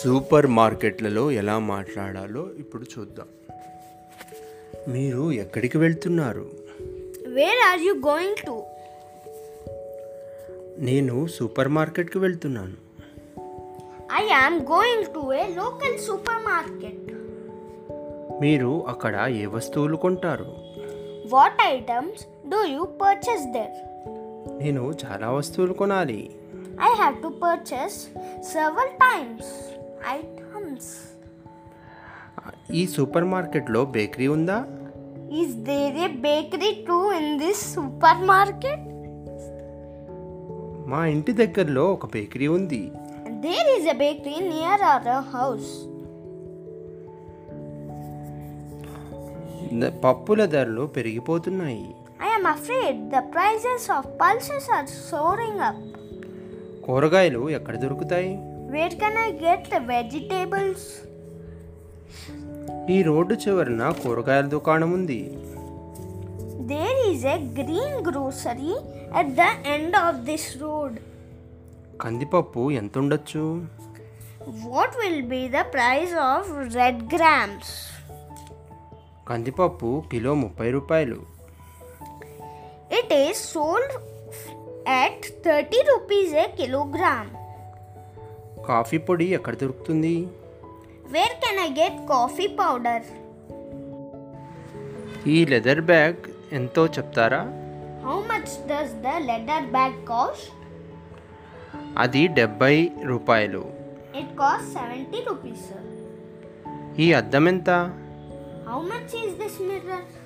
Super మార్కెట్లలో ఎలా మాట్లాడాలో ఇప్పుడు చూద్దాం మీరు ఎక్కడికి వెళ్తున్నారు Where are you going to? నేను సూపర్ మార్కెట్కి వెళ్తున్నాను I am going to a local supermarket. మీరు అక్కడ ఏ వస్తువులు కొంటారు What items do you purchase there? నేను చాలా వస్తువులు కొనాలి I have to purchase several times. Items. ఈ సూపర్ మార్కెట్లో బేకరీ ఉందా Is there a bakery too in this supermarket? మా ఇంటి దగ్గరలో ఒక బేకరీ ఉంది There is a bakery near our house. ద- పప్పుల ధరలు పెరిగిపోతున్నాయి I am afraid the prices of pulses are soaring up. కూరగాయలు ఎక్కడ దొరుకుతాయి Where can I get the vegetables? ఈ రోడ్డు చివరన కూరగాయల దుకాణం ఉంది There is a green grocery at the end of this road. కందిపప్పు ఎంత ఉండొచ్చు What will be the price of red grams? కందిపప్పు కిలో ముప్పై రూపాయలు It is sold at 30 rupees a kilogram. Coffee పొడి ఎక్కడ దొరుకుతుంది Where can I get coffee powder? ఈ లెదర్ బ్యాగ్ ఎంతో చెప్తారా How much does the leather bag cost? అది డెబ్బై రూపాయలు It costs 70 rupees. sir. ఈ అద్దం ఎంత How much is this mirror?